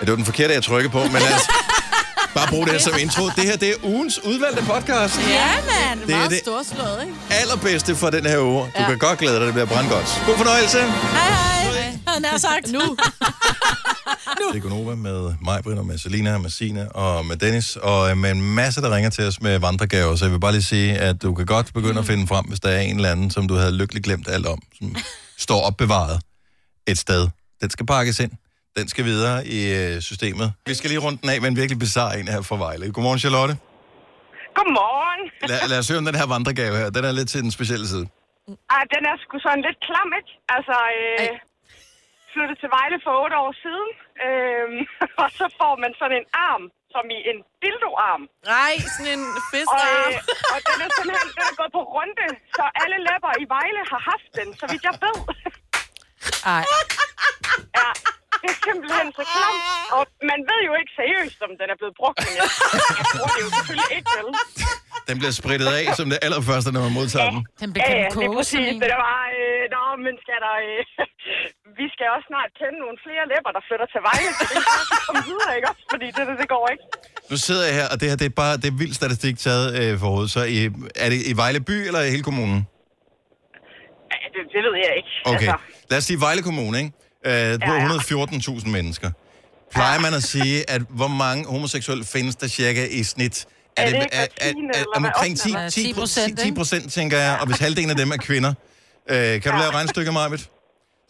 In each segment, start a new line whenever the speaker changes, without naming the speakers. det var den forkerte, jeg trykkede på, men altså, bare brug det her som intro. Det her, det er ugens udvalgte podcast.
Ja, mand.
Det er
Meget
det-
storslået, ikke?
Allerbedste for den her uge. Du
Ja.
kan godt glæde dig, det bliver brandgodt. God fornøjelse.
Hej, hej. Han har sagt. Nu.
Det er Gunova med mig, Britt, og med Selina, og med Sine og med Dennis, og øh, med en masse, der ringer til os med vandregaver. Så jeg vil bare lige sige, at du kan godt begynde at finde frem, hvis der er en eller anden, som du havde lykkeligt glemt alt om, som står opbevaret et sted. Den skal pakkes ind. Den skal videre i øh, systemet. Vi skal lige runde den af med en virkelig bizarre en her fra Vejle. Godmorgen, Charlotte.
Godmorgen.
Lad, lad os høre om den her vandregave her. Den er lidt til den specielle side.
Ah, den er sgu sådan lidt klam, ikke? Altså, øh, flyttede til Vejle for otte år siden, øh, og så får man sådan en arm, som i en dildoarm.
Nej, sådan en
Og,
fiskearm.
øh, og den er simpelthen den er gået på runde, så alle læpper i Vejle har haft den, så vidt jeg ved.
Ej.
Ja, det er simpelthen så klamt. Og man ved jo ikke seriøst, om den er blevet brugt, men jeg, jeg bruger det jo selvfølgelig ikke, vel?
Den bliver sprittet af som det allerførste, når man modtager den.
Den blev
Ja,
kendt
ja, det
koge,
er præcis.
sådan en.
Det der var, øh, nå, men skal der, øh, vi skal også snart kende nogle flere læpper, der flytter til Vejle. Så det er bare at komme videre, ikke også? Fordi det, det, det går ikke.
Nu sidder jeg her, og det her det er bare det er vild statistik taget øh, for hovedet. Så i, er det i Vejle by eller i hele kommunen?
Ja, det, det ved jeg ikke.
Okay.
Altså,
Lad os sige Vejle Kommune, ikke? Øh, på
Ja, ja.
114.000 mennesker. Plejer man at sige, at hvor mange homoseksuelle findes der cirka i snit?
Er det ikke hver tiende, eller hvad?
omkring 10,
Ottende,
10, 10
10%, ikke?
procent, tænker jeg, og hvis halvdelen af dem er kvinder. Øh, kan du lave regnstykket, Marvitt?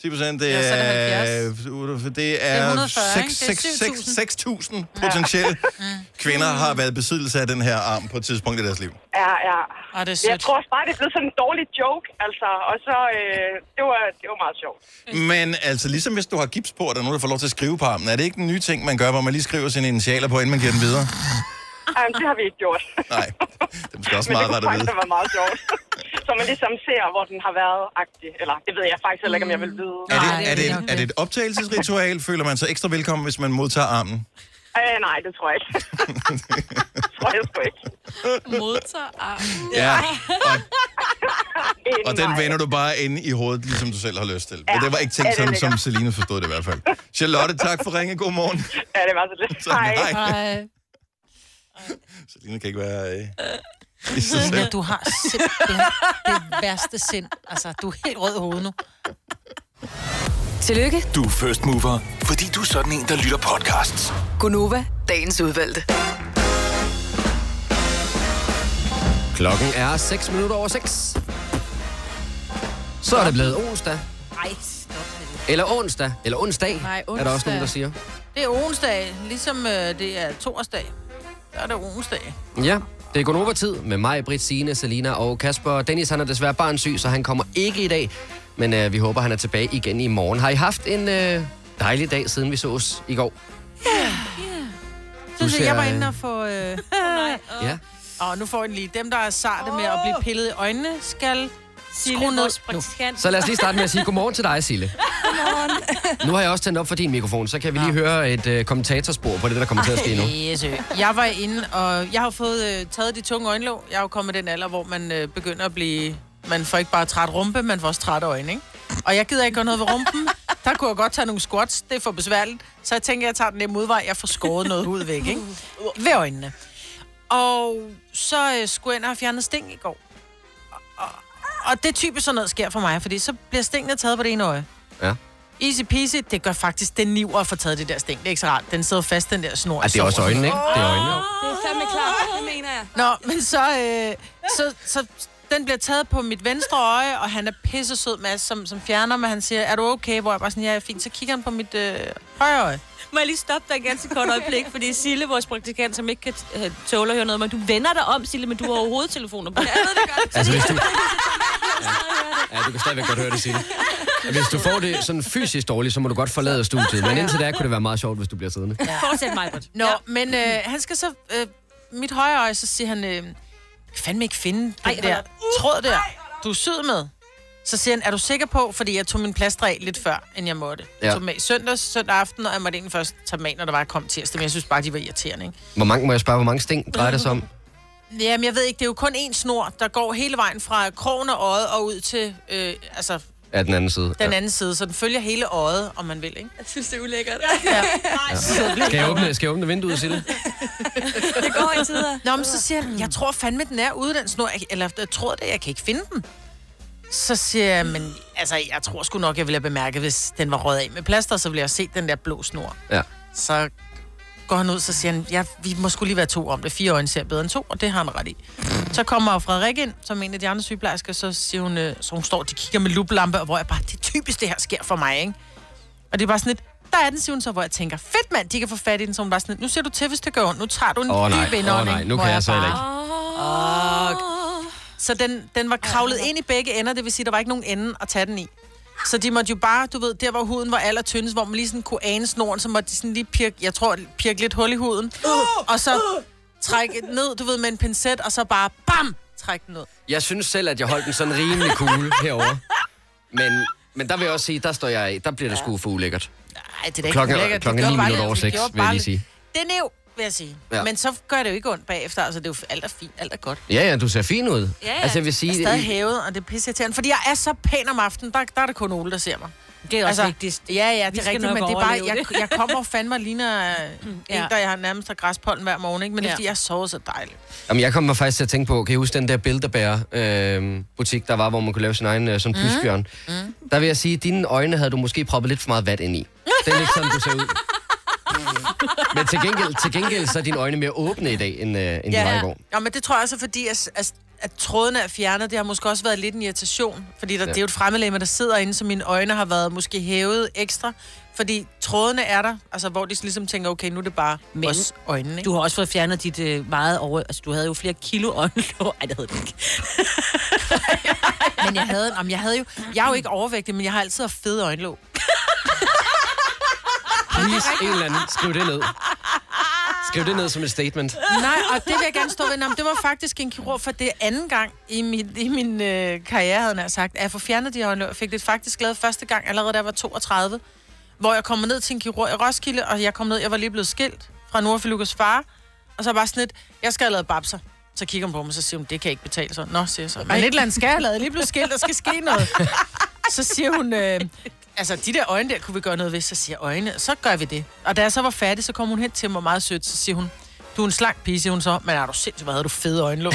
10 procent, det
Ja, så er det
er,
70.
det
er
er
140, ikke? Det er
6.000 6.000 potentielle kvinder
Mm.
har været i besiddelse af den her arm på et tidspunkt i deres liv.
ja, ja.
Ej, det er
Jeg
sødt.
tror også bare, det er blevet sådan en dårlig joke, altså. Og så, øh, det, var, det var meget sjovt.
Men altså, ligesom hvis du har gips på, og der er nogen, der får lov til at skrive på armen, er det ikke den nye ting, man gør, hvor man lige skriver sine initialer på, inden man giver den videre?
Jamen, det har vi ikke gjort.
Nej, det er måske også
Men
meget
det kunne
rart at
faktisk
vide.
have været meget sjovt. så man ligesom ser, hvor den har været agtig. Eller, det ved jeg faktisk heller ikke, om jeg vil vide.
Mm. Er
Nej, det er
det, er, det,
nok
er det et optagelsesritual? Føler man sig ekstra velkommen, hvis man modtager armen?
Øh, nej, det tror jeg ikke. det tror jeg sgu ikke.
Modtager armen.
Ja. Og,
Øh,
og den
nej.
vender du bare inde i hovedet, ligesom du selv har lyst til. Men
Ja,
det var ikke
ja,
tænkt
det
sådan,
ligger.
som Celine forstod det i hvert fald. Charlotte, tak for ringe. God morgen.
Ja, det var så lidt.
Så, nej.
Ej.
Celine kan ikke være... Øh, i sig
Selina,
selv.
du har simpelthen det værste sind. Altså, du er helt rød i hovedet nu.
Tillykke,
Du er first mover, fordi du er sådan en, der lytter podcasts.
Gunova, dagens udvalgte.
Klokken er 6 minutter over 6. Så er det blevet onsdag.
Ej, stop med det.
Eller onsdag. Eller onsdag,
Nej,
er der også nogen, der
onsdag.
siger.
Det er onsdag, ligesom øh, det er torsdag. Der er det onsdag.
Ja, det er Gonova-tid med mig, Britt, Signe, Selina og Kasper. Dennis han er desværre barnsyg, så han kommer ikke i dag. Men øh, vi håber, han er tilbage igen i morgen. Har I haft en øh, dejlig dag, siden vi sås i går?
Så siger,
Du ser,
jeg var
øh,
inde og få... Øh,
Ja.
og nu får jeg den lige. Dem, der er sarte med at blive pillet i øjnene, skal skrue ned. Nu.
Så lad os lige starte med at sige godmorgen til dig, Sille. Godmorgen. nu har jeg også tændt op for din mikrofon, så kan vi lige høre et øh, kommentatorspor på det, der kommer til at ske nu.
Jesu. Jeg var inde, og jeg har fået øh, taget de tunge øjenlåg. Jeg er jo kommet i den alder, hvor man øh, begynder at blive... Man får ikke bare træt rumpe, man får også træt øjne, ikke? Og jeg gider ikke gøre noget ved rumpen. Der kunne jeg godt tage nogle squats, det er for besværligt. Så jeg tænker, jeg tager den nemme udvej, jeg får skåret noget hud væk, ikke? Ved øjnene. Og så øh, skulle jeg ind og have fjernet sting i går. Og, og det er typisk sådan noget, sker for mig, fordi så bliver stingene taget på det ene øje.
Ja.
Easy peasy, det gør faktisk den niver at få taget det der sting. Det er ikke så rart. Den sidder fast, den der snor. i
Ej, det er også
såret.
øjnene, ikke? Det er øjnene.
Det er fandme klart, det mener jeg.
Nå, men så, øh, så, så den bliver taget på mit venstre øje, og han er pisse sød, Mads, som, som fjerner mig. Han siger, er du okay? Hvor jeg bare sådan, ja, jeg er fint. Så kigger han på mit øh, højre øje.
Må jeg lige stoppe dig et ganske kort øjeblik, fordi Sille, vores praktikant, som ikke kan øh, tåle at høre noget med, du vender dig om, Sille, men du har jo hovedtelefoner på. Ja, jeg ved det godt.
Altså, hvis du... Ja. ja, du kan stadigvæk godt høre det, Signe. Hvis du får det sådan fysisk dårligt, så må du godt forlade studiet. Men indtil da kunne det være meget sjovt, hvis du bliver siddende.
Fortsæt mig, Britt.
Nå, ja. men øh, han skal så... Øh, mit højre øje, så siger han... Øh, jeg kan fandme ikke finde den
Ej,
Ej,
hold
der
op. Uh,
tråd der, du er syd med. Så siger han, er du sikker på, fordi jeg tog min plaster af lidt før, end jeg måtte. Ja. Jeg
Ja.
tog dem af i søndags, søndag aften, og jeg måtte egentlig først tage dem af, når der var jeg kom tirsdag, men jeg synes bare, de var irriterende, ikke?
Hvor mange, må jeg spørge, hvor mange sting drejer det sig om?
Jamen, jeg ved ikke, det er jo kun én snor, der går hele vejen fra krogen og øjet og ud til, øh, altså,
af den anden side.
Den anden side, så den følger hele øjet, om man vil, ikke?
Jeg synes, det er ulækkert.
Ja. Skal jeg åbne, skal jeg åbne vinduet, Sille?
Det går i tider.
Nå, men så siger han, jeg tror fandme, den er ude, den snor. Jeg- Eller jeg tror det, jeg kan ikke finde den. Så siger jeg, men altså, jeg tror sgu nok, jeg ville have bemærket, hvis den var røget af med plaster, så ville jeg have set den der blå snor.
Ja.
Så går han ud, så siger han, ja, vi må skulle lige være to om det. Fire øjne ser bedre end to, og det har han ret i. Så kommer Frederik ind, som en af de andre sygeplejersker, så siger hun, øh, så hun står, de kigger med luplampe, og hvor jeg bare, det er typisk, det her sker for mig, ikke? Og det er bare sådan lidt, der er den, siger hun så, hvor jeg tænker, fedt mand, de kan få fat i den, så hun bare sådan lidt, nu ser du til, hvis det gør ondt, nu tager du en
Åh oh,
dyb
nej,
indånding.
åh oh, nej, nu
hvor
kan jeg så
bare-
heller ikke.
så den, den var kravlet ind i begge ender, det vil sige, der var ikke nogen ende at tage den i. Så de måtte jo bare, du ved, der hvor huden var allertyndest, hvor man lige sådan kunne ane snoren, så måtte de sådan lige pirke, jeg tror, pirke lidt hul i huden. Og så trække den ned, du ved, med en pincet, og så bare bam, trække den ned.
Jeg synes selv, at jeg holdt den sådan rimelig cool herover. Men, men der vil jeg også sige, der står jeg af. Der bliver det sgu for ulækkert.
Nej, det er da ikke
Klokken er-
ulækkert. Det
klokken er
gjorde
ni
bare lidt-
minutter over
det
seks,
gjorde
vil jeg
bare
lige
lidt-
sige.
Det er nev, vil jeg sige.
Ja.
Ja. Men så gør det jo ikke ondt bagefter, altså det er jo alt er fint, alt er godt.
Ja, ja, du ser fin ud.
Ja, ja.
Altså, jeg vil sige...
Jeg er stadig hævet, og det er pisseirriterende, fordi jeg er så pæn om aftenen, der, der er det kun Ole, der ser mig.
Det er også altså, vigtigst.
Ja, ja, det
Vi
er
skal
rigtigt,
nok
men det er bare,
overleve
jeg,
det.
jeg kommer fandme og ligner øh, en, der jeg har nærmest har græspollen hver morgen, ikke? men det er
Ja.
fordi, jeg sover så dejligt.
Jamen, jeg kommer faktisk til at tænke på, kan I huske den der Bilderberg-butik, der var, hvor man kunne lave sin egen øh, sådan pysbjørn? Mm. Der vil jeg sige, at dine øjne havde du måske proppet lidt for meget vat ind i. Det er lidt sådan, du ser ud. Men til gengæld, til gengæld så er dine øjne mere åbne i dag, end, øh, end ja. de var i går.
ja, men det tror jeg også er fordi, at, at, at trådene er fjernet. Det har måske også været lidt en irritation, fordi der, ja. det er jo et fremmedlæge, der sidder inde, så mine øjne har været måske hævet ekstra, fordi trådene er der, altså hvor de ligesom tænker, okay, nu er det bare men, os øjnene. Ikke?
Du har også fået fjernet dit øh, meget over... Altså, du havde jo flere kilo åndlåg. Ej, det havde du ikke.
Men jeg havde, om jeg havde jo, jeg er jo ikke overvægtig, men jeg har altid haft fede øjenlåg.
Please, en eller anden, skriv det ned. Skriv det ned som et statement.
Nej, og det vil jeg gerne stå ved. Nå, men det var faktisk en kirurg for det anden gang i min, i min øh, karriere, havde jeg sagt, at jeg får fjernet de øjenlåg. Jeg fik det faktisk lavet første gang, allerede da jeg var 32, hvor jeg kom ned til en kirurg i Roskilde, og jeg kom ned, jeg var lige blevet skilt fra Nordfilukas far, og så bare sådan lidt, jeg skal have lavet babser. Så kigger hun på mig, og så siger hun, det kan jeg ikke betale sig. Nå, siger jeg så. Men et eller andet skal jeg have lavet, Jeg er lige blevet skilt, der skal ske noget. Så siger hun, øh, altså de der øjne der, kunne vi gøre noget ved? Så siger jeg, øjne, så gør vi det. Og da jeg så var færdig, så kom hun hen til mig meget sødt, så siger hun, du er en slank pige, siger hun så, men er du sindssygt, hvad havde du fede øjenlåg?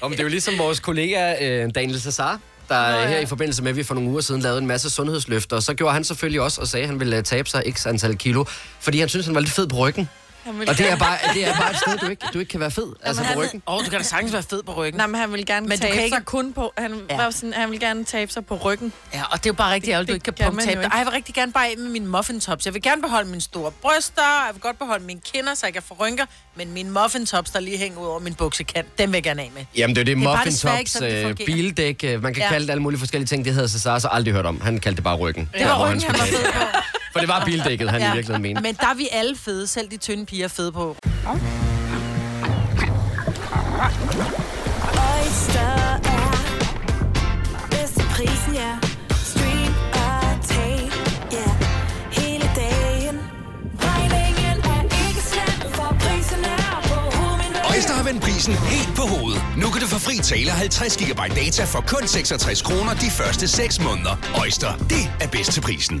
Om det er jo ligesom vores kollega øh, Daniel Cesar, der Nå, ja. her i forbindelse med, at vi for nogle uger siden lavede en masse sundhedsløfter, så gjorde han selvfølgelig også og sagde, at han ville øh, tabe sig x antal kilo, fordi han synes han var lidt fed på ryggen.
Han
Og det er bare, det er bare et sted, du ikke, du ikke kan være fed, altså
han
på
er-
ryggen.
Åh, oh, du kan da sagtens være fed på ryggen.
Nej, men han ville gerne
Men du
tabe
kan
ikke...
ikke-
sig kun på... Han, ja. var sådan, han ville gerne tabe sig på ryggen.
Ja, og det er jo bare rigtig ærgerligt, du
det
ikke kan
kan man
punktere
jo
dig.
ikke.
Ej, jeg vil rigtig gerne bare af med mine muffintops. Jeg vil gerne beholde mine store bryster, og jeg vil godt beholde mine kinder, så jeg kan få rynker, men mine muffintops, der lige hænger ud over min buksekant, dem vil jeg gerne af med.
Jamen det er det,
bare
muffin
desværre ikke
tops,
sådan, det
øh,
fungerer.
bildæk, øh, man kan ja.
Ja.
kalde det alle mulige forskellige ting, det havde Cesar så aldrig hørt om. Han kaldte det bare ryggen.
Det var ryggen, han var
fed.
fed på.
For det var bildækket, han ja. i virkeligheden mente.
Men der er vi alle fede, selv de tynde piger er fede på.
Oyster er bedst til prisen, ja. Stream og tag, ja. Hele dagen. Regningen er ikke slem, for prisen er på hovedet.
Øjster har vendt prisen helt på hovedet. Nu kan du få fri tale 50 GB data for kun 66 kroner de første 6 måneder. Øjster, det er bedst til prisen.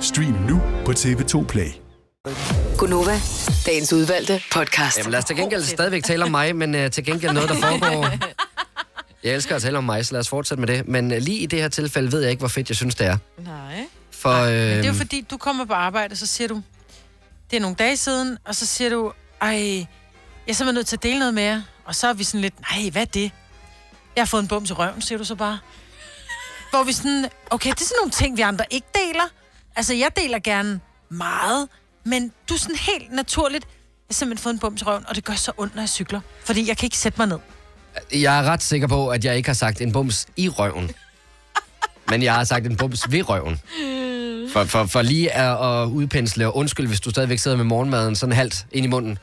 Stream nu på TV2 Play.
Gunova, dagens udvalgte podcast.
Jamen lad os til gengæld stadigvæk tale om mig, men øh, til gengæld noget, der foregår... Jeg elsker at tale om mig, så lad os fortsætte med det. Men øh, lige i det her tilfælde ved jeg ikke, hvor fedt jeg synes, det er.
Nej.
For, øh,
Det er jo fordi, du kommer på arbejde, så siger du, det er nogle dage siden, og så siger du, ej, jeg er simpelthen nødt til at dele noget med jer. Og så er vi sådan lidt, nej, hvad er det? Jeg har fået en bum til røven, siger du så bare. Hvor vi sådan, okay, det er sådan nogle ting, vi andre ikke deler. Altså, jeg deler gerne meget, men du er sådan helt naturligt, jeg har simpelthen fået en bum til røven, og det gør så ondt, når jeg cykler. Fordi jeg kan ikke sætte mig ned.
Jeg er ret sikker på, at jeg ikke har sagt en bums i røven. Men jeg har sagt en bums ved røven. For, for, for lige at, at udpensle, og undskyld, hvis du stadigvæk sidder med morgenmaden sådan halvt ind i munden.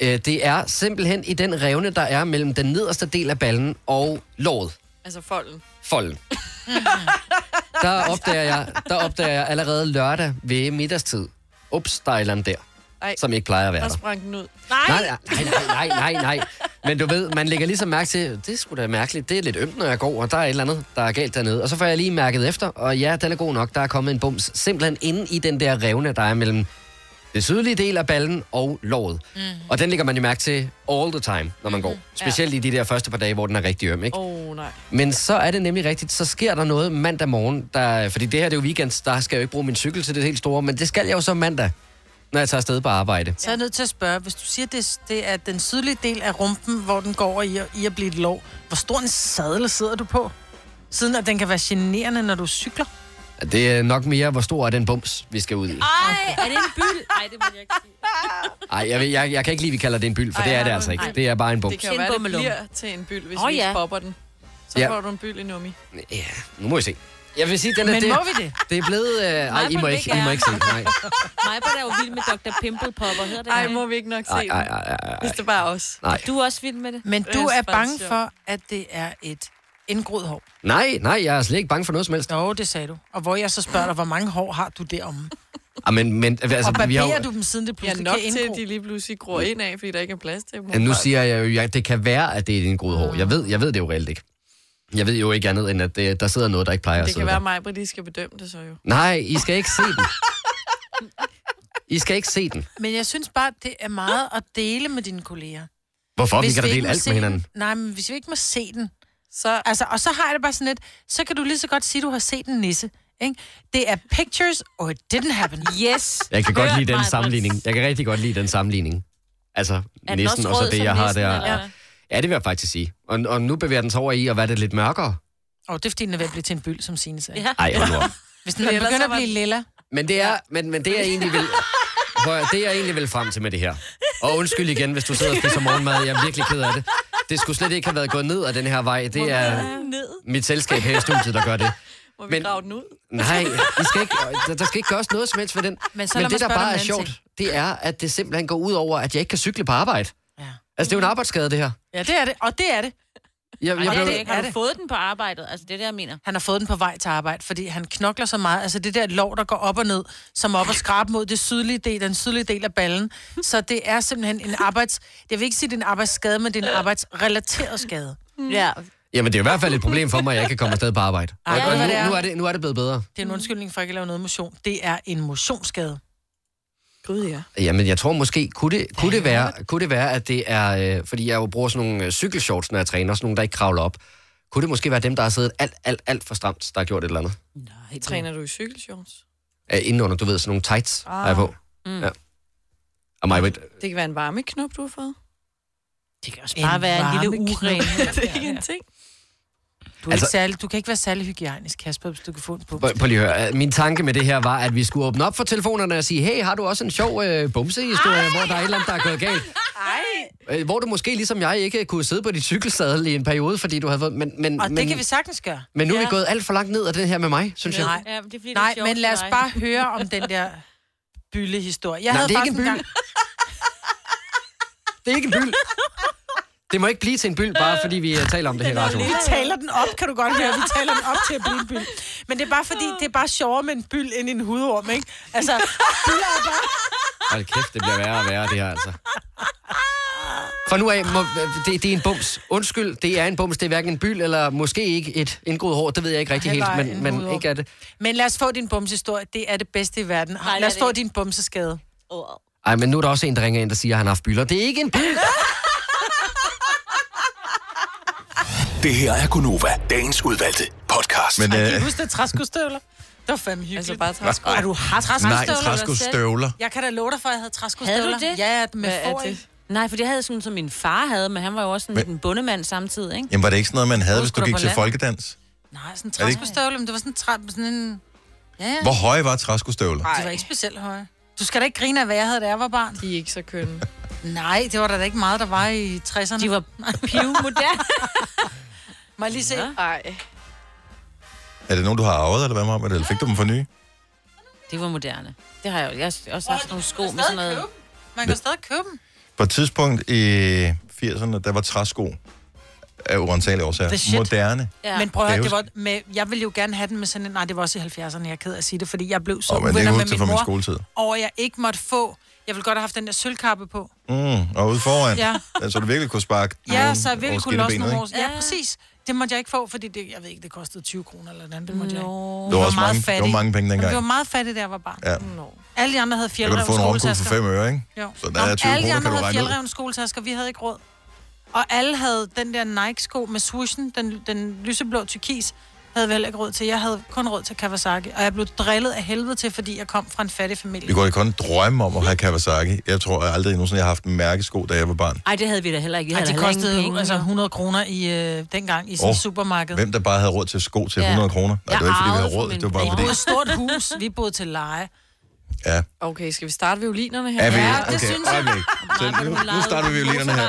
Øh, Det er simpelthen i den revne, der er mellem den nederste del af ballen og låret.
Altså folden.
Folden. Der opdager jeg, der opdager jeg allerede lørdag ved middagstid. Ups, der er et eller andet der,
Ej.
som ikke plejer at være
Der
der.
sprang den ud.
Nej, nej, nej, nej, nej, nej, nej. Men du ved, man lægger ligesom mærke til, det er sgu da mærkeligt, det er lidt ømt, når jeg går, og der er et eller andet, der er galt dernede. Og så får jeg lige mærket efter, og ja, den er god nok, der er kommet en bums, simpelthen inde i den der revne, der er mellem det sydlige del af ballen og låret. Mm. Og den lægger man jo mærke til all the time, når man går. Specielt ja. i de der første par dage, hvor den er rigtig øm, ikke?
Åh, oh, nej.
Men så er det nemlig rigtigt, så sker der noget mandag morgen, der, fordi det her det er jo weekend, der skal jeg jo ikke bruge min cykel til det helt store, men det skal jeg jo så mandag, når jeg tager afsted på arbejde.
Så er jeg nødt til at spørge, hvis du siger, det, det er den sydlige del af rumpen, hvor den går over i, at- i at blive et lov, hvor stor en sadel sidder du på? Siden at den kan være generende, når du cykler.
Det er nok mere, hvor stor er den bums, vi skal ud i.
Ej, er det en byld? Ej, det må jeg ikke sige.
Ej, jeg, ved- jeg, jeg kan ikke lide, vi kalder det en byld, for
Ej,
det er
har
det
du
altså
en-
ikke.
Ej.
Det er bare en bums.
Det kan jo være, det bliver til en byld, hvis
Åh,
oh, vi ikke
ja.
popper den. Så
Ja.
ja. får du en byld i nummi.
Ja, nu må vi se. Jeg vil sige, den er
Men
det,
må vi det?
Det er blevet... Øh, ej, I må,
vil
ikke, I må
gerne.
ikke se. Nej.
Mig er jo vild med Dr. Pimple Popper, hedder det
Ej,
ikke?
må vi ikke nok se
Ej, ej,
den?
ej, ej, ej.
Hvis det bare er os.
Nej.
Du er også vild med det.
Men
Det
du
er
er
faktisk
bange
sjovt.
for, at det er et indgroet hår.
nej, nej, jeg er slet ikke bange for noget som helst.
Jo, det sagde du. Og hvor jeg så spørger dig, hvor mange hår har du deromme?
Ah, men, men, altså,
og
vi
barberer
har, jo-
du dem, siden det
Ja,
pludselig
nok
kan
til,
indgro?
at de lige pludselig gror ind af, fordi der ikke er plads til dem.
Ja, nu siger jeg jo, at det kan være, at det er din gode hår. Jeg ved, jeg ved det jo reelt ikke. Jeg ved jo ikke andet, end at det, der sidder noget, der ikke plejer at
Det
sidde
kan være
der.
mig, Britt, I skal bedømme det så jo.
Nej, I skal ikke se den. I skal ikke se den.
Men jeg synes bare, det er meget at dele med dine kolleger.
Hvorfor? vi kan da
ikke
dele
må
alt
se
med hinanden.
Den, nej, men hvis vi ikke må se den, så... Altså, og så har jeg det bare sådan lidt, så kan du lige så godt sige, du har set en nisse. Ikke? Det er pictures, or it didn't happen.
Yes.
Jeg kan godt lide den sammenligning. Jeg kan rigtig godt lide den sammenligning. Altså,
den
næsten
også
og så
rød
det,
som
jeg har
nissen,
der.
eller
Ja. ja, det vil jeg faktisk sige. Og, og nu bevæger den sig over i at være det lidt mørkere.
Og det er fordi, den er ved at blive til en byld, som Signe sagde.
Ja. Ej, hold nu op.
Hvis den
Fordi ellers
begynder
så
at
var
blive lilla.
Men det er, men, men det er egentlig vil... Prøv, at- det jeg egentlig vil frem til med det her. Og undskyld igen, hvis du sidder og spiser morgenmad. Jeg er virkelig ked af det. Det skulle slet ikke have været gået ned ad den her vej. Det er
Ned.
mit selskab her i studiet, der gør det.
Må vi
Men-
grave den ud?
Nej, I skal ikke, der, der skal ikke gøres noget som helst for den.
Men
Men,
så
så Men
lad mig
det, der
spørge dig
bare
om
er
en anden
sjovt, det er, at det simpelthen går ud over, at jeg ikke kan cykle på arbejde. Ja. Altså, det er jo en arbejdsskade, det her.
Ja, det er det. Og det er det.
Jeg,
Ej,
jeg
det er
blev,
det ikke. Har du fået den på arbejdet? Altså, det er det, jeg mener.
Han har fået den på vej til arbejde, fordi han knokler så meget. Altså det der lov, der går op og ned, som er op og skrab mod det sydlige del, den sydlige del af ballen. Så det er simpelthen en arbejds... Jeg vil ikke sige, det er en arbejdsskade, men det er en arbejdsrelateret skade.
Mm. Ja.
Jamen, det er i hvert fald et problem for mig, at jeg ikke kan komme afsted på arbejde.
Ej,
Og,
ved du,
og
hvad
nu,
det er?
nu, er det, nu er det blevet bedre.
Det er en undskyldning for ikke at lave noget motion. Det er en motionsskade.
Gud, ja.
Jamen, jeg tror måske, kunne det, kunne det, være, kunne det være, at det er... Øh, fordi jeg jo bruger sådan nogle øh, cykelshorts, når jeg træner, sådan nogle, der ikke kravler op. Kunne det måske være dem, der har siddet alt, alt, alt for stramt, der har gjort et eller andet?
Træner du i cykelshorts?
Øh, indenunder, du ved, sådan nogle tights, ah.
Ah.
har jeg på.
Mm.
Ja. Og mig, ved,
Det kan være en varmeknop, du har fået.
Det kan også
bare være en lille uren.
det er ikke en ting.
Du, er altså,
Altså-
ikke særlig, du kan ikke være særlig hygiejnisk, Kasper, hvis du kan få en på.
Prøv, prøv lige at høre. Øh, Min tanke med det her var, at vi skulle åbne op for telefonerne og sige, hey, har du også en sjov øh, bumsehistorie, hvor der er et eller andet, der er gået galt? Øh, Hvor du måske, ligesom jeg, ikke kunne sidde på dit cykelsadel i en periode, fordi du havde fået... Men, men,
Og det
men,
kan vi sagtens gøre.
Men nu er vi gået alt for langt ned af den her med mig, synes jeg.
Nej,
ja, det er fordi,
Nej
det er sjovt
men lad os
for dig.
bare høre om den der byllehistorie. Jeg
Nej,
havde
det er ikke
faktisk
en
engang-
Det er ikke en byld. Det må ikke blive til en byld, bare fordi vi øh, taler om det her i radioen.
Vi taler den op, kan du godt høre. Vi taler den op til at blive en byld. Men det er bare fordi, det er bare sjovere med en byld end en hudorm, ikke? Altså, byller er bare...
Hold kæft, det bliver værre og værre, det her altså. For nu af, må, det, det er en bums. Undskyld, det er en bums. Det er hverken en byld eller måske ikke et indgroet hår. Det ved jeg ikke rigtig helt,
Heller en
men, men
hudorm.
ikke er det.
Men lad os få din bumsehistorie. Det er det bedste i verden.
Nej, det
lad
er
os
det
få
ikke.
din bumseskade.
Ej, men nu er der også en, der ringer ind, der siger, at han har haft bylder. Det er ikke en byld.
Det her er Gunova, dagens udvalgte podcast.
Men,
Ej,
øh,
øh,
kan I huske det træskostøvler? var fandme hyggeligt. Altså
bare
træsko. Nej.
Ej, du har træsko.
Nej, træskostøvler.
Jeg kan da love dig for, at jeg havde træskostøvler.
Havde du det?
Ja, med
Hvad er
for i.
det? Nej, for det havde jeg sådan, som min far havde, men han var jo også sådan
Men-
en bundemand samtidig, ikke?
Jamen, var det ikke sådan noget, man havde, hvis du
Husker du
gik
på
til
landet?
folkedans?
Nej, sådan en
Er det ikke-
træskostøvle, men det var sådan en, træ, sådan en... Ja, ja.
Hvor høje var træskostøvler?
De var ikke specielt høje. Du skal da ikke grine af, hvad jeg havde, da jeg var barn. De er ikke så kønne. Nej, det var der da ikke meget, der var i 60'erne. De var
pivmoderne.
Må jeg lige se? Nej.
Er det nogen, du har arvet, eller hvad med om, eller fik du dem for nye?
Det var moderne. Det har jeg jo. Jeg har også haft nogle sko med sådan noget.
Man kan stadig købe dem.
På et tidspunkt i 80'erne, der var træsko af urensagelige
The
årsager.
shit.
Moderne.
Ja. Men prøv at høre,
Kan
det
jeg
var med, jeg ville jo gerne have den med sådan en... Nej, det var også i 70'erne, jeg er ked af at sige det, fordi jeg blev så
Åh, men det
uvenner
kan jeg
med
huske
min
fra min
mor.
skoletid.
Og jeg ikke måtte få... Jeg ville godt have haft den der sølvkappe på.
Mm, og ude foran.
Ja.
ja. Så du virkelig kunne sparke
Ja,
nogen
så jeg
over
ville kunne losse
skinnebenet,
nogle
ikke?
år. Ja, præcis. Det måtte jeg ikke få, fordi det, jeg ved ikke, det kostede 20 kroner eller noget. Det måtte jeg ikke.
Det var også mange- det var mange penge dengang.
Det var meget fattigt, da jeg var barn.
Ja.
Alle de andre havde
Der kan du
fjeldrevne
få en romkugle
skoletasker.
for 5 øre, ikke?
Jo.
Så der er 20
alle de
kroner,
andre
kan du
havde
regne ud.
fjeldrevne skoletasker, vi havde ikke råd. Og alle havde den der Nike-sko med swooshen, den, den lyseblå turkis, havde vi heller ikke råd til. Jeg havde kun råd til Kawasaki, og jeg blev drillet af helvede til, fordi jeg kom fra en fattig familie.
Vi kunne kun drømme om at have Kawasaki. Jeg tror jeg aldrig nogensinde, jeg har haft en mærkesko, da jeg var barn.
Ej, det havde vi da heller ikke. Vi
Ej,
havde
de
da heller ingen
kostede jo
penge,
altså
jo.
100 kroner i øh, dengang i sådan et
Åh,
supermarked.
Hvem der bare havde råd til sko til
Ja.
100 kroner? Nej, det var
Jeg
ikke, fordi vi
arvede
havde råd.
fra
Det var bare
min
fordi...
bror. et stort hus, vi boede til leje.
Ja.
Okay, skal vi starte violinerne her?
Er vi? okay, øjeblik. Så nu, nu starter vi violinerne her.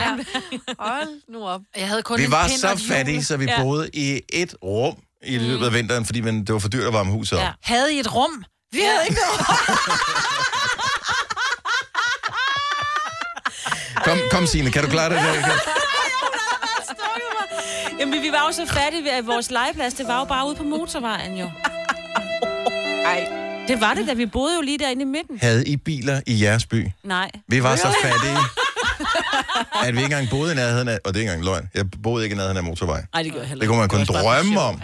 Hold nu op.
Jeg havde kun
Vi var så fattige, så vi boede i et rum i løbet af vinteren, fordi man, det var for dyrt at varme huset op.
Mm. Ja. Havde I et rum? Vi havde ikke noget rum.
Kom, kom Signe, kan du klare det? Der?
Jamen, vi var jo så fattige, at vores legeplads, det var jo bare ude på motorvejen, jo. Ej. Det var det, da vi boede jo lige derinde i midten.
Havde I biler i jeres by?
Nej.
Vi var så fattige, at vi ikke engang boede i nærheden af... Og det er ikke engang løgn. Jeg boede ikke i nærheden af motorvej.
Nej, det gjorde jeg heller
Det kunne man
ikke.
kun
var også bare
drømme
for sjov.
om.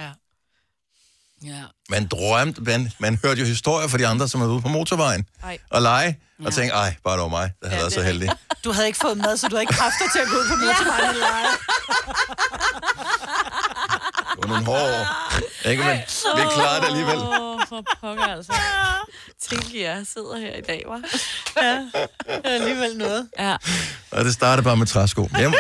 Ja. Ja.
Man drømte, man, man hørte jo historier fra de andre, som var ude på motorvejen
Ej.
og lege, og tænkte, ej, bare det var mig, der havde været så heldig.
Du havde ikke fået mad, så du havde ikke kræfter til at gå ud på motorvejen og lege.
Det var nogle hårde år. Ikke, men vi klarede det alligevel.
Åh, for pokker altså. Tænk, jeg sidder her i dag, var.
Ja, det er alligevel noget.
Ja.
Og det startede bare med træsko. Jamen,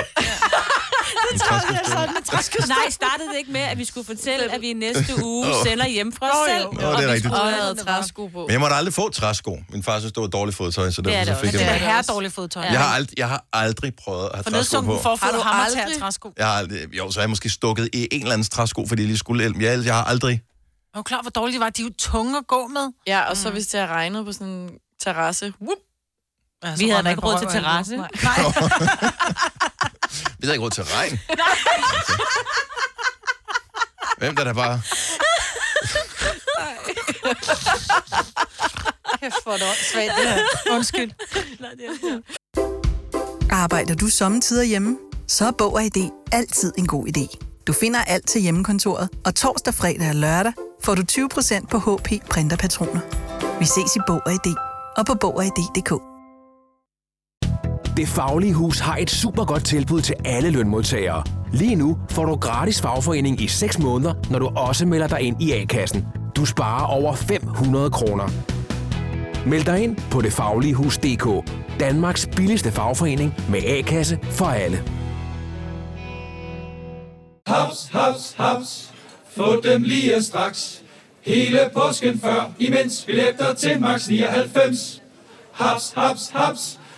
Det
startede jeg sådan
med træskostøvler.
Nej, startede det ikke med, at vi skulle fortælle, at vi i næste uge
Åh.
sender hjem fra
Nå,
os
jo.
selv.
Nå, det er
og vi
rigtigt.
skulle
Og
have
havde træsko på.
men jeg måtte aldrig få træsko. Min far synes, det var dårligt fodtøj, så
Det
derfor
er det
så
også.
fik
Det
jeg
er
dem.
herredårligt fodtøj.
Jeg har, aldrig, jeg har aldrig prøvet at have
For
træsko
nedsunken
på.
forfod
du
og hammer til at
aldrig?
have træsko.
Jeg har aldrig, jo, så har jeg måske stukket i en eller anden træsko, fordi jeg lige skulle elme. Jeg, jeg har aldrig...
Er du klar, hvor dårlige de var? De er jo tunge at gå med.
Ja, og så hvis det har regnet på sådan en terrasse. Whoop.
så røg man på røv og alvor.
Nej.
Vi havde ikke råd til regn. Hvem der der bare...
Kæft, hvor er det svært, det her. Undskyld.
Arbejder du sommetider hjemme? Så er Bog og ID altid en god idé. Du finder alt til hjemmekontoret, og torsdag, fredag og lørdag får du 20% på HP printerpatroner. Vi ses i Bog og ID og på Bog og ID.dk.
Det Faglige Hus har et super godt tilbud til alle lønmodtagere. Lige nu får du gratis fagforening i 6 måneder, når du også melder dig ind i A-kassen. Du sparer over 500 kroner. Meld dig ind på detfagligehus.dk. Danmarks billigste fagforening med A-kasse for alle.
Haps, haps, haps. Få dem lige straks. Hele påsken før, imens billetter til max 99. Haps, haps, haps.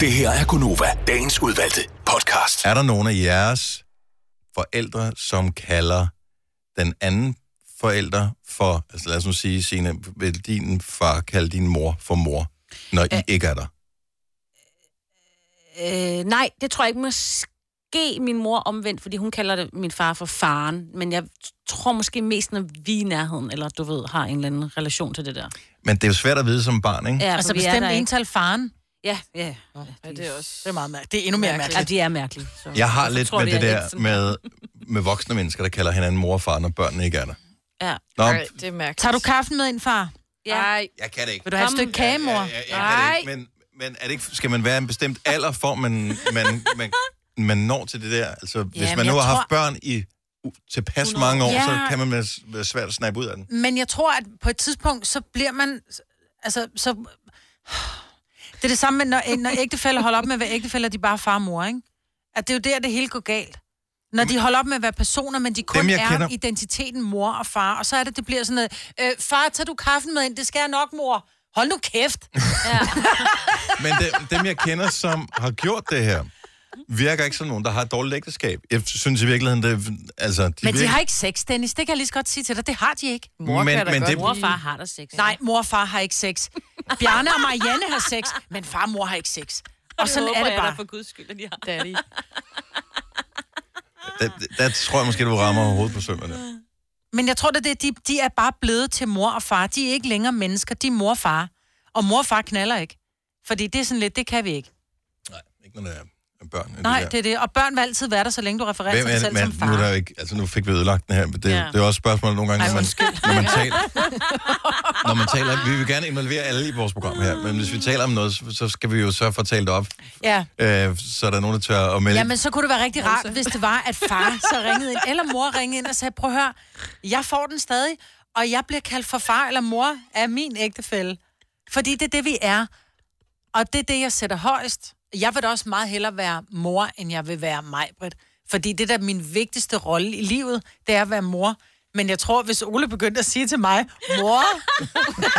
Det her er Gunova, dagens udvalgte podcast. Er der nogen af jeres forældre, som kalder den anden forælder for, altså lad os nu sige, Signe, vil din far kalde din mor for mor, når I ikke er der?
Øh, nej, det tror jeg ikke måske min mor omvendt, fordi hun kalder det min far for faren. Men jeg tror måske mest, når vi er i nærheden, eller du ved, har en eller anden relation til det der.
Men det er jo svært at vide som barn, ikke?
Ja, for
altså
vi er
bestemt
der ikke.
ental faren.
Ja, ja. ja,
ja det er også... Det er, meget mærkeligt. det er endnu mere mærkeligt.
Ja, de er mærkelige. Så.
Jeg har
så
lidt
tror
med
de,
det
jeg er
der
lidt sådan-
med, med voksne mennesker, der kalder hinanden mor og far, når børnene ikke er der.
Ja.
Nå.
Ej, det er mærkeligt. Tager du kaffen med ind, far?
Ja.
Ej.
Jeg kan det ikke.
Vil du have et stykke kage, mor?
Jeg, jeg kan det ikke, men, men er det ikke, skal man være i en bestemt alder, for man, man, man, man når til det der? Altså, hvis
men
man nu har
jeg
haft
tror-
børn i u- tilpas
100
mange år,
Ja.
så kan man være s- være svært at snappe ud af den.
Men jeg tror, at på et tidspunkt, så bliver man... Altså, så... Det er det samme med, når, når ægtefælder holder op med at være ægtefælder, de er bare far og mor, ikke? At det er jo der, det hele går galt. Når de holder op med at være personer, men de kun
Dem, jeg
er
kender-
identiteten mor og far. Og så er det, det bliver sådan noget, øh, far, tager du kaffen med ind? Det skal jeg nok, mor. Hold nu kæft.
Men dem, dem, jeg kender, som har gjort det her, virker ikke som nogen, der har et dårligt ægteskab. Jeg synes i virkeligheden, det, altså, de
Men de
virker-
har ikke sex, Dennis. Det kan jeg lige så godt sige til dig. Det har de ikke.
Mor Men- kan da men godt det-
Mor og far har der sex.
Nej, mor og far har ikke sex. Bjarne og Marianne har sex, men far og mor har ikke sex. Og sådan
håber
er det
jeg da
bare.
for guds skyld, at de har. Daddy.
der, der tror jeg måske, du rammer hovedet på sømmerne.
Men jeg tror, det er det, de, de er bare blevet til mor og far. De er ikke længere mennesker, de er mor og far. Og mor og far knaller ikke. Fordi det er sådan lidt, det kan vi ikke.
Ikke når det er børn.
Ja, Nej, det er det. Og børn vil altid være der, så længe du refererer
Hvem
til
er
dig
det,
selv
man,
som far.
nu, er der jo ikke, altså, nu fik vi ødelagt den her. men Det,
Ja.
ja. det er jo også et spørgsmål nogle gange, når man, når man taler. Når man taler, vi vil gerne involvere alle i vores program her, men hvis vi taler om noget, så- så skal vi jo sørge for at tale det op,
Ja.
øh, så er der nogen, der tør at melde.
Jamen, så kunne det være rigtig rart, hvis det var, at far så ringede ind, eller mor ringede ind og sagde, prøv at høre, jeg får den stadig, og jeg bliver kaldt for far eller mor af min ægtefælle. Fordi det er det, vi er. Og det er det, jeg sætter højst. Jeg vil da også meget hellere være mor, end jeg vil være Majbrit. Fordi det der er min vigtigste rolle i livet, det er at være mor. Men jeg tror, hvis Ole begyndte at sige til mig, mor,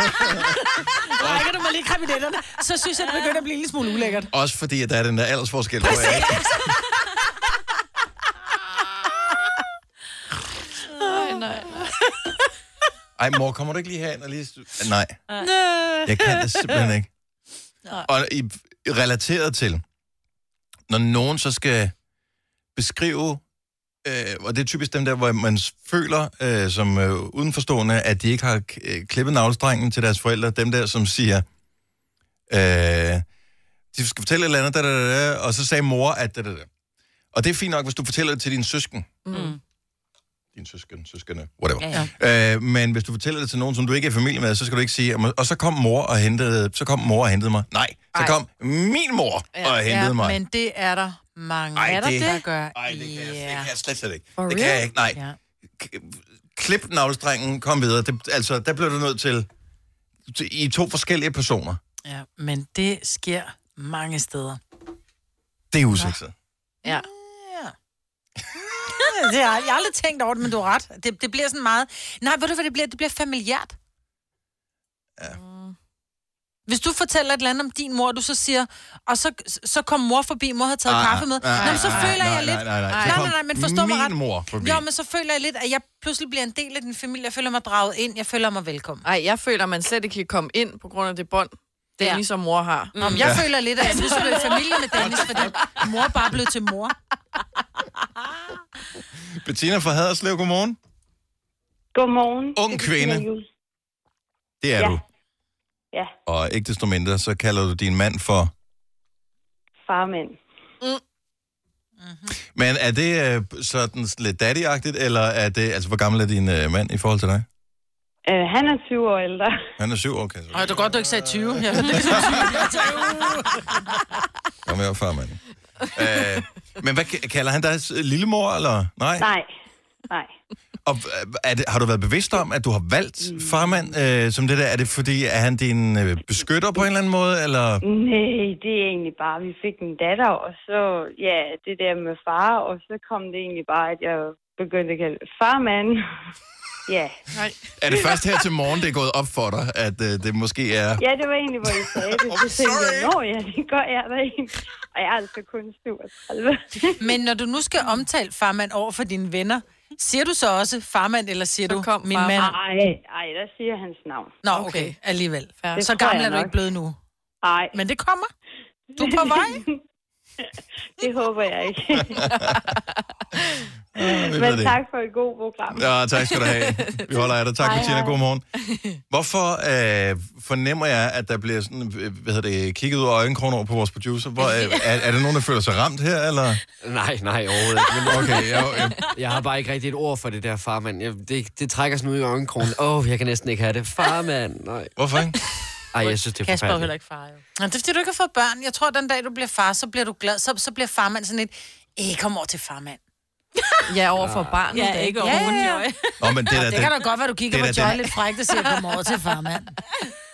rækker du mig lige kriminetterne, så synes jeg, det begynder at blive en lille smule ulækkert.
Også fordi, at der er den der aldersforskel. Hvor jeg,
Præcis.
Nej, nej.
Ej, mor, kommer du ikke lige herind og lige... stu- Nej, jeg kan det simpelthen ikke. Og i, relateret til, når nogen så skal beskrive, øh, og det er typisk dem der, hvor man s- føler øh, som øh, udenforstående, at de ikke har k- øh, klippet navlestrengen til deres forældre, dem der, som siger, øh, de skal fortælle et eller andet, da, da, da, da, og så sagde mor, at da, da, da. Og det er fint nok, hvis du fortæller det til dine søsken.
Mm.
Dine søsken, søskende, whatever. Øh, men hvis du fortæller det til nogen, som du ikke er i familie med, så skal du ikke sige, "Jamen, og så kom mor og hentede, så kom mor og hentede mig. Nej, så
Ej.
kom min mor og hentede
ja,
mig.
men det er der mange
Ej,
er der,
det-
det, der gør.
Ej, det kan jeg, det kan jeg slet, slet ikke.
For
det kan
real?
jeg ikke, nej.
Ja.
K- Klip navlestrengen, kom videre. Det, altså, der blev du nødt til, til- i to forskellige personer.
Ja, men det sker mange steder.
Det er usikset.
Ja. det har jeg- jeg har aldrig tænkt over det, men du har ret. Det, det bliver sådan meget... Nej, ved du hvad det bliver? Det bliver familiært. Mm.
Ja.
Hvis du fortæller et eller andet om din mor, og du så siger, og så, så kom mor forbi, mor havde taget
Ah,
kaffe med,
ah, ah,
Nå, men så
ah,
føler
nej,
jeg
nej,
lidt...
nej, nej. Så
nej,
kom
nej, nej, men forstå mig
min
ret.
mor forbi.
Jo, men så føler jeg lidt, at jeg pludselig bliver en del af din familie. Jeg føler mig draget ind. Jeg føler mig velkommen.
Ej, jeg føler, man slet ikke kan komme ind på grund af det bånd, det er ligesom mor har.
Nå, men jeg ja. føler lidt, at jeg nu skal være i familie med Dennis, fordi mor bare er blevet til mor.
Bettina fra Haderslev, godmorgen.
Godmorgen.
Ung kvinde. Det er
Ja.
du.
Ja,
Og ikke desto mindre, så kalder du din mand for...
farmand. Mm.
Mm-hmm. Men er det øh, sådan lidt daddy eller er det... Altså, hvor gammel er din øh, mand i forhold til dig?
Øh, han er 20 år ældre.
Han er syv år, kan jeg så.
Ej, det er godt, du ikke sagde 20. Jeg synes, det
Kom her, farmand. øh, men hvad ka- kalder han dig? s- Lillemor, eller? Nej.
Nej, nej.
Og øh, er det, har du været bevidst om, at du har valgt
Mm.
farmand øh, som det der? Er det fordi, er han din øh, beskytter på en eller anden måde, eller...
Nej, det er egentlig bare, vi fik en datter, og så, ja, det der med far, og så kom det egentlig bare, at jeg begyndte at kalde farmand. ja. Nej.
Er det først her til morgen, det er gået op for dig, at øh, det måske er...
Ja, det var egentlig, hvor I sagde det. Så tænkte jeg, nå ja, det gør jeg da ikke. Og jeg er altså kun 37.
Men når du nu skal omtale farmand over for dine venner, siger du så også farmand, eller siger du min mand?
Nej, nej, der siger hans navn.
Nå, okay, okay. alligevel.
Det
Så
tror
gammel
jeg
er du
nok.
ikke blevet nu.
Nej.
Men det kommer. Du er på vej.
det håber jeg ikke.
Øh, ved
Men
du hedder det.
tak for et godt program.
Ja, tak skal du have. Vi holder af dig. Tak,
Hej,
Bettina.
hej.
God morgen. Hvorfor øh, fornemmer jeg, at der bliver sådan, øh, hvad hedder det, kigget ud af øjenkrogen over på vores producer? Hvor, øh, er, er der nogen, der føler sig ramt her, eller?
Nej, nej, overhovedet ikke. Men øh,
Okay, jeg, jeg,
jeg har bare ikke rigtig et ord for det der farmand. Jeg, det, det trækker sådan ud i øjenkrogen. Åh, oh, jeg kan næsten ikke have det. Farmand, nej.
Hvorfor ikke?
Ej, jeg synes, det er
Kasper er jo heller
forfærdeligt.
ikke far, jo. Nå, det er fordi, du ikke har fået børn. Jeg tror, den dag, du bliver far, så bliver du glad. Så, så bliver farmand sådan lidt, æh, kom over til farmand.
Ja, over for
Ah.
barnet,
Ja,
ja, ikke
ja,
over ja,
ja.
ja. Joy.
Nå, men det, er da
Det
den-
kan da godt være, du kigger
det er
på
da
Joy
den-
lidt frækt og siger, kom over til farmand.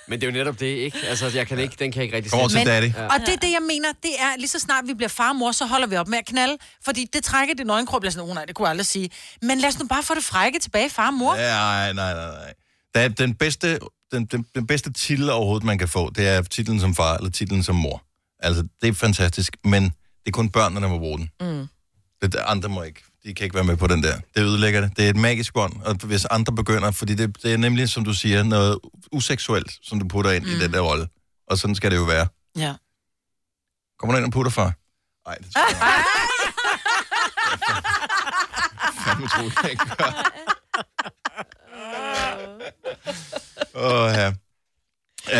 Men det er jo netop det, ikke? Altså, jeg kan ikke, den kan jeg ikke rigtig
Kom over til
sætte.
daddy.
Ja.
Og det er det, jeg mener, det er, lige så snart vi bliver far og mor, så holder vi op med at knalde, fordi det trækker det nøgenkrop, bliver sådan, oh, nej, det kunne jeg aldrig sige. Men lad os nu bare få det frække tilbage, far og mor. Ja.
Nej, nej, nej, nej. Der er den bedste, den, den, den bedste titel overhovedet, man kan få, det er titlen som far eller titlen som mor. Altså, det er fantastisk, men det er kun børnene, der må bruge den.
Mm.
Det der andre må ikke. De kan ikke være med på den der. Det ødelægger det. Det er et magisk bånd, og hvis andre begynder, fordi det, det er nemlig, som du siger, noget useksuelt, som du putter ind mm. i den der rolle. Og sådan skal det jo være.
ja.
Kommer du ind og putter far? Nej, det tror jeg ikke. Det er fandme troligt, jeg ikke gør. Åh, ja.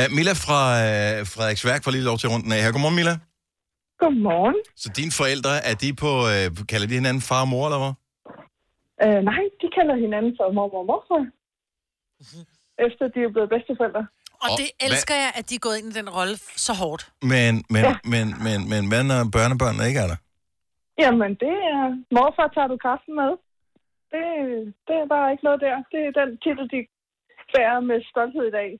Uh, Milla fra uh, Frederiks Værk får lige lov til at runde den af her. Godmorgen, Milla.
Godmorgen.
Så dine forældre, er de på, uh, kalder de hinanden far og mor, eller hvad?
Øh, nej, de kalder hinanden for mormor og morfar.
Mhm.
Efter de er blevet bedsteforældre.
Og
Og
det
hvad-
elsker jeg, at de er gået ind i den rolle så hårdt.
Men, men,
Ja.
ja. men, men, men hvad når børnebørnene ikke er der?
Jamen, det er... Morfar tager du kaffen med. Det, det er bare ikke noget der. Det er den titel, de bærer med stolthed i dag.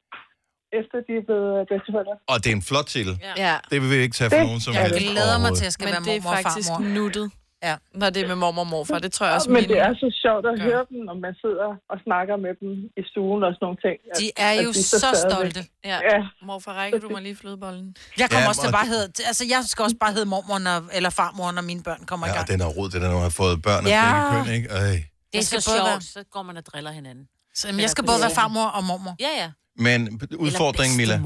Efter de er blevet øh, bedsteforældre.
Og det er en flot titel. Ja.
Ja.
Det vil vi ikke tage for nogen som helst. overhovedet.
skal
Men
være
det er
mormor og
faktisk
farmor.
nuttet,
ja.
når det er med mormor og morfar. Det tror jeg også,
Men
min-
det er så sjovt at høre dem, når man sidder og snakker med dem i stuen og sådan nogle ting. At-
De er
at
jo
så
så
stadigvæk-
stolte.
Ja.
ja.
Morfar, rækker du mig lige flødebollen?
Jeg kommer
Ja,
ja, også til
og-
at bare hedde, altså jeg skal også bare hedde mormor, når, eller farmor, når mine børn kommer ja,
Ja,
i gang.
og den er rod, det der, når har fået børn af
Ja.
ja. køn, ikke? Øj.
Det er
Det er
så
så
sjovt.
sjovt, så går man og driller hinanden.
Så, jamen, jeg skal både være farmor og mormor.
Ja, ja.
Men udfordringen, Milla.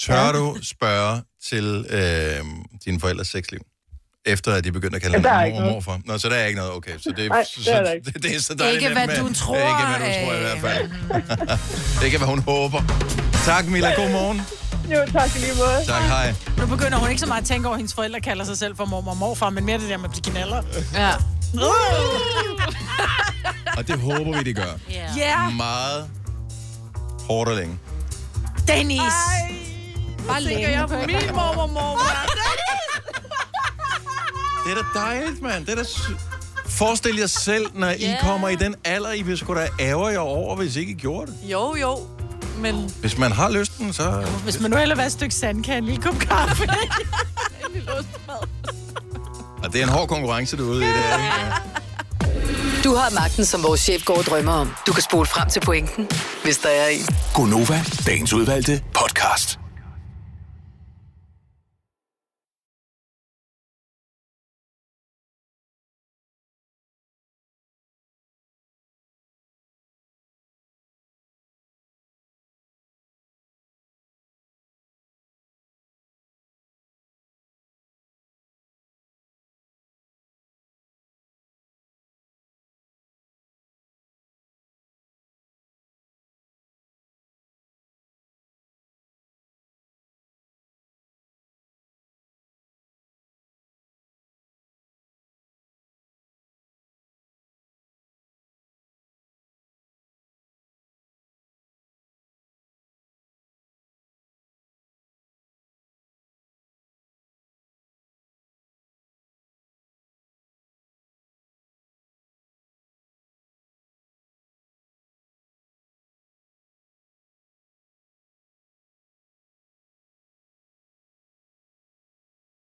Tør du spørge til øh, dine forældres sexliv? Efter at de begyndte at kalde
Ja, der er
hinanden
ikke
mor og
noget.
morfar. Nå, så der er ikke noget. Okay, så det,
Nej,
så,
det er der
så,
ikke.
det, det er så dejligt.
Ikke, hvad
nemt,
du
mand.
tror,
Ikke hvad du tror i hvert fald. det kan hvad hun håber. Tak, Milla. God morgen.
Jo, tak i lige måde.
Tak, hej.
Nu begynder hun ikke så meget at tænke over, at hendes forældre kalder sig selv for mormor og morfar, men mere det der med at blive knaller.
Ja.
Og det håber vi, de gør.
Ja.
Meget hårdt og længe.
Dennis!
Bare lægger jeg på min mormor og morfar.
Det er da dejligt, mand. Det er da... sy- Forestil jer selv, når I
Ja.
kommer i den alder, I vil sgu da ære jer over, hvis ikke I gjorde det.
Jo, jo. Men
Hvis man har lysten, så...
Hvis man nu hellere vil have et stykke sandkage, en lille kop kaffe.
en lille ostemad.
Og det er en hård konkurrence derude i det. her, ikke? Ja.
Du har magten, som vores chef går og drømmer om. Du kan spole frem til pointen, hvis der er en.
Gonova, dagens udvalgte podcast.